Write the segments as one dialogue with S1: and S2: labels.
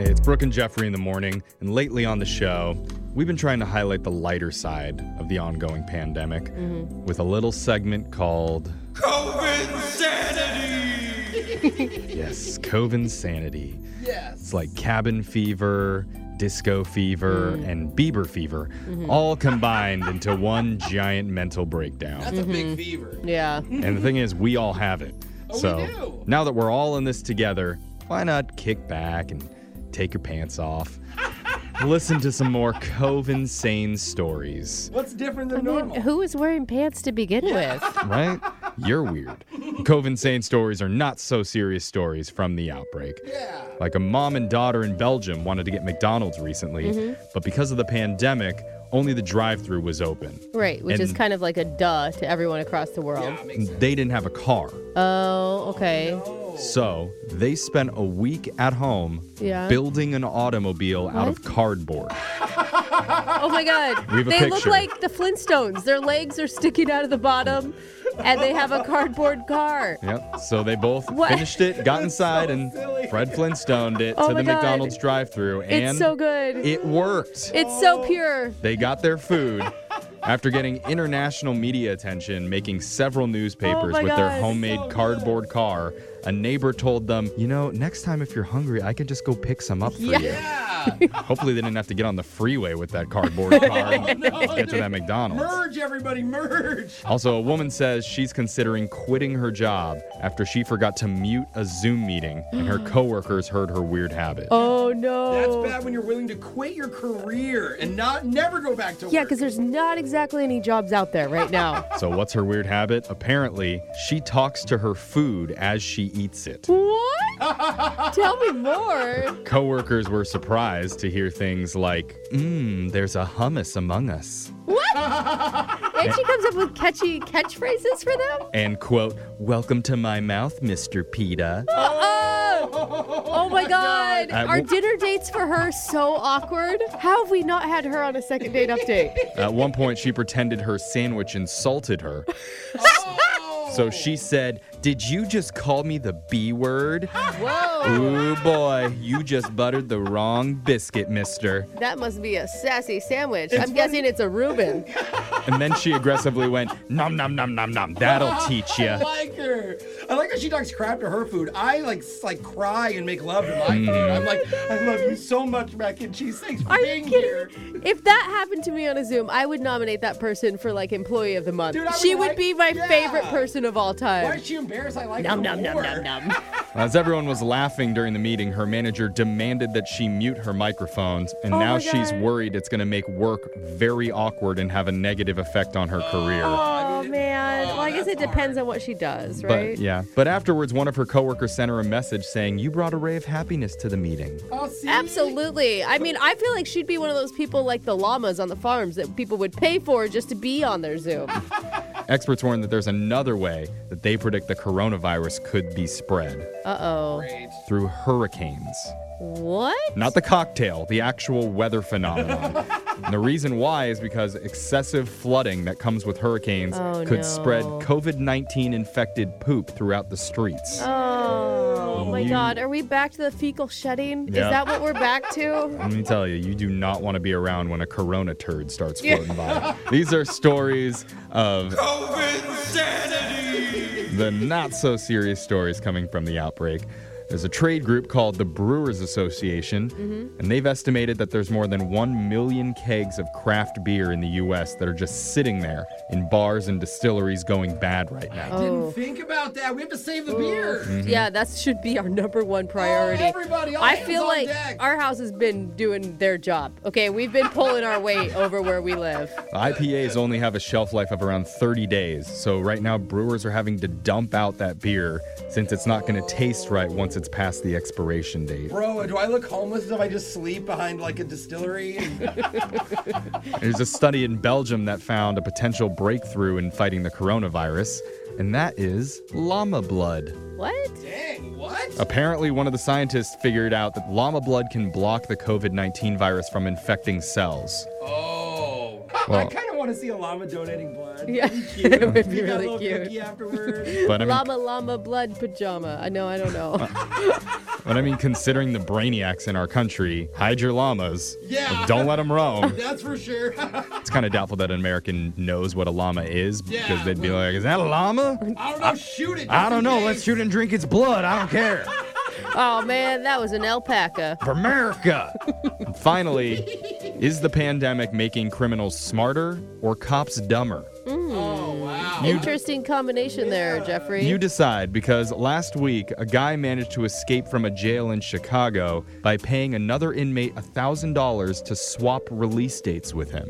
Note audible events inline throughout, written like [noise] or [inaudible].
S1: It's Brooke and Jeffrey in the morning, and lately on the show, we've been trying to highlight the lighter side of the ongoing pandemic with a little segment called
S2: COVID sanity.
S1: Yes, Coven Sanity. Yes. It's like cabin fever, disco fever, and Bieber fever, all combined into one giant mental breakdown.
S2: That's a
S3: Mm-hmm.
S2: big fever.
S3: Yeah.
S1: And the thing is, we all have it.
S2: Oh, we
S1: so
S2: do.
S1: now that we're all in this together, why not kick back and take your pants
S2: [laughs]
S1: off? Listen to some more Coven Sane stories,
S2: What's different than
S3: Who
S2: normal?
S3: who is wearing pants to begin with?
S1: right? You're weird. Coven Sane stories are not so serious stories from the outbreak.
S2: Yeah.
S1: Like a mom and daughter in Belgium wanted to get McDonald's recently,
S2: Mm-hmm.
S1: but because of the pandemic, only the drive through was open.
S3: [laughs] Right, which is
S1: And-
S3: kind of like a duh to everyone across the world.
S2: Yeah, makes sense.
S1: They didn't have a car.
S3: Oh, okay.
S1: So they spent a week at home
S3: Yeah.
S1: building an automobile out of
S3: What?
S1: cardboard.
S3: Oh my
S1: [laughs]
S3: God.
S1: We have a
S3: they look
S1: picture.
S3: like the Flintstones. Their legs are sticking out of the bottom, and they have a cardboard car.
S1: Yep. So they both
S3: What?
S1: finished it, got inside, and
S2: silly.
S1: Fred Flintstoned it
S3: [laughs] Oh
S1: to
S3: my
S1: the
S3: God.
S1: McDonald's drive-through, and
S3: It's so good.
S1: it worked.
S3: it's so pure.
S1: they got their food. After getting international media attention, making several newspapers
S3: Oh my
S1: with their
S3: God.
S1: homemade cardboard car, a neighbor told them, You know, next time if you're hungry, I can just go pick some up for
S3: Yeah.
S1: you.
S3: [laughs]
S2: Yeah.
S1: Hopefully, they didn't have to get on the freeway with that cardboard car
S3: [laughs]
S1: and get to that McDonald's.
S2: merge, everybody, merge.
S1: Also, a woman says she's considering quitting her job after she forgot to mute a Zoom meeting and her coworkers heard her weird habit.
S3: Oh
S2: That's
S3: no.
S2: bad when you're willing to quit your career and not never go back to
S3: Yeah,
S2: work.
S3: because there's not exactly any jobs out there right now.
S1: [laughs] So, what's her weird habit? Apparently, she talks to her food as she eats it.
S3: what? Tell me more.
S1: Coworkers were surprised to hear things like, Mmm, there's a hummus among us. [laughs]
S3: And she comes up with catchy catchphrases for them?
S1: And, quote, Welcome to my mouth, Mr. PETA.
S3: Oh, oh my God.
S1: God. Uh,
S3: Are
S1: wh-
S3: dinner dates for her so awkward? How have we not had her on a second date update?
S1: At one point, she pretended her sandwich insulted her.
S2: Oh.
S1: [laughs] So she said, Did you just call me the B word?
S3: Whoa.
S1: Ooh boy, you just buttered the wrong biscuit, mister.
S3: That must be a sassy sandwich. I'm
S2: funny.
S3: guessing it's a Reuben.
S1: And then she aggressively went, nom nom nom nom nom. That'll
S3: [laughs]
S1: teach
S2: I
S1: ya.
S2: like her. I like how she talks crap to her food. I like s- like cry and make love to my food.
S1: Mm-hmm.
S2: I'm like, I love you so much, mac and cheese. Thanks for
S3: Are you
S2: being here.
S3: kidding? me? If that happened to me on a Zoom, I would nominate that person for like employee of the month.
S2: Dude, I would
S3: she would
S2: like-
S3: be my
S2: Yeah.
S3: favorite person of all
S2: Why
S3: time.
S2: is she embarrassed? I like
S3: Nom
S2: her
S3: nom nom
S2: more.
S3: nom nom.
S1: As everyone was laughing during the meeting, her manager demanded that she mute her microphones, and
S3: Oh
S1: now
S3: my
S1: she's
S3: God.
S1: worried it's gonna make work very awkward and have a negative effect on her career.
S3: Oh man. Well, I guess it
S2: that's
S3: depends on what she does, right?
S1: But yeah. But afterwards, one of her coworkers sent her a message saying, "You brought a ray of happiness to the meeting."
S2: Oh, see?
S3: Absolutely. I mean, I feel like she'd be one of those people like the llamas on the farms that people would pay for just to be on their Zoom.
S1: Experts warn that there's another way that they predict the coronavirus could be spread
S3: Uh oh.
S2: Great.
S1: through hurricanes.
S3: What?
S1: Not the cocktail, the actual weather phenomenon. and the reason why is because excessive flooding that comes with hurricanes
S3: Oh,
S1: could
S3: no.
S1: spread COVID 19 infected poop throughout the streets.
S3: Oh my
S1: You-
S3: God. Are we back to the fecal shedding?
S1: Yeah.
S3: Is that what we're back to?
S1: Let me tell you, you do not want to be around when a corona turd starts floating by. These are stories of
S2: COVID sanity.
S1: the not so serious stories coming from the outbreak. There's a trade group called the Brewers Association, and they've estimated that there's more than 1 million kegs of craft beer in the U.S. that are just sitting there in bars and distilleries going bad right now.
S3: Oh.
S2: Didn't think about that. We have to save the beer.
S1: Mm-hmm.
S3: Yeah, that should be our number one priority.
S2: Oh, everybody, all
S3: I
S2: hands
S3: feel
S2: on
S3: like
S2: deck.
S3: our house has been doing their job. Okay, we've been pulling
S2: [laughs]
S3: our weight over where we live.
S1: IPAs only have a shelf life of around 30 days, so right now brewers are having to dump out that beer since it's not going to taste right once it's past the expiration date.
S2: Bro, do I look homeless if I just sleep behind like a distillery?
S1: There's a study in Belgium that found a potential breakthrough in fighting the coronavirus, and that is llama blood.
S3: What?
S2: [laughs] Dang, what?
S1: Apparently, one of the scientists figured out that llama blood can block the COVID 19 virus from infecting cells.
S2: Oh.
S1: Well-
S2: [laughs] I kind of want to see a llama donating blood. [laughs]
S3: [laughs] Yeah,
S2: That'd be
S3: [laughs] it would be
S2: You got
S3: really
S2: a little
S3: cute.
S2: cookie afterward.
S3: [laughs]
S1: But I mean,
S3: Llama llama blood pajama. I know, I
S1: [laughs]
S3: don't know. [laughs]
S1: but I mean, considering the brainiacs in our country, hide your llamas.
S2: Yeah.
S1: Don't let them roam.
S2: That's for sure. [laughs] I
S1: It's kind of doubtful that an American knows what a llama is because
S2: Yeah,
S1: they'd be
S2: well-
S1: like, "Is that a llama?
S2: don't know. Shoot it.
S1: I don't know. Let's shoot and drink its blood. I don't care."
S3: oh man, that was an alpaca.
S1: for America. Finally, is the pandemic making criminals smarter or cops dumber?
S2: Oh wow.
S3: Mm. Interesting combination there, Jeffrey.
S1: You decide because last week a guy managed to escape from a jail in Chicago by paying another inmate $1,000 to swap release dates with him.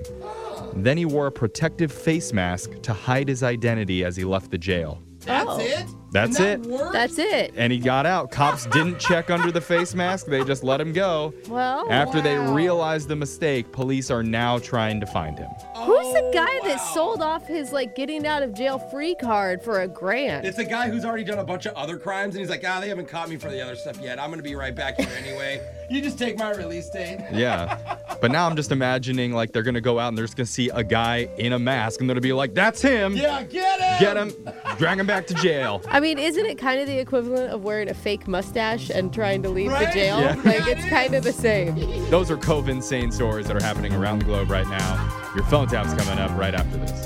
S1: Then he wore a protective face mask to hide his identity as he left the jail.
S2: That's
S3: Oh.
S2: it.
S1: That's
S2: and
S1: it.
S2: that worked?
S3: That's it.
S1: And he got out. Cops didn't check under the face mask, they just let him go.
S3: Well,
S1: After they
S2: wow.
S1: realized the mistake, police are now trying to find him.
S3: who's the
S2: Oh,
S3: guy that
S2: wow.
S3: sold off his like getting out of jail free card for a grand?
S2: It's a guy who's already done a bunch of other crimes, and he's like, ah, they haven't caught me for the other stuff yet. I'm gonna be right back here [laughs] anyway. you just take my release date.
S1: Yeah. But now I'm just imagining like they're gonna go out and they're just gonna see a guy in a mask and they're gonna be like, "That's him.
S2: Yeah, get him.
S1: Get him. Drag him back to jail."
S3: I mean, isn't it kind of the equivalent of wearing a fake mustache and trying to leave
S2: Right?
S3: the jail?
S1: Yeah.
S3: Like,
S2: Yeah,
S3: it's
S2: it
S3: kind of the same.
S1: Those are COVID insane stories that are happening around the globe right now. Your phone tap's coming up right after this.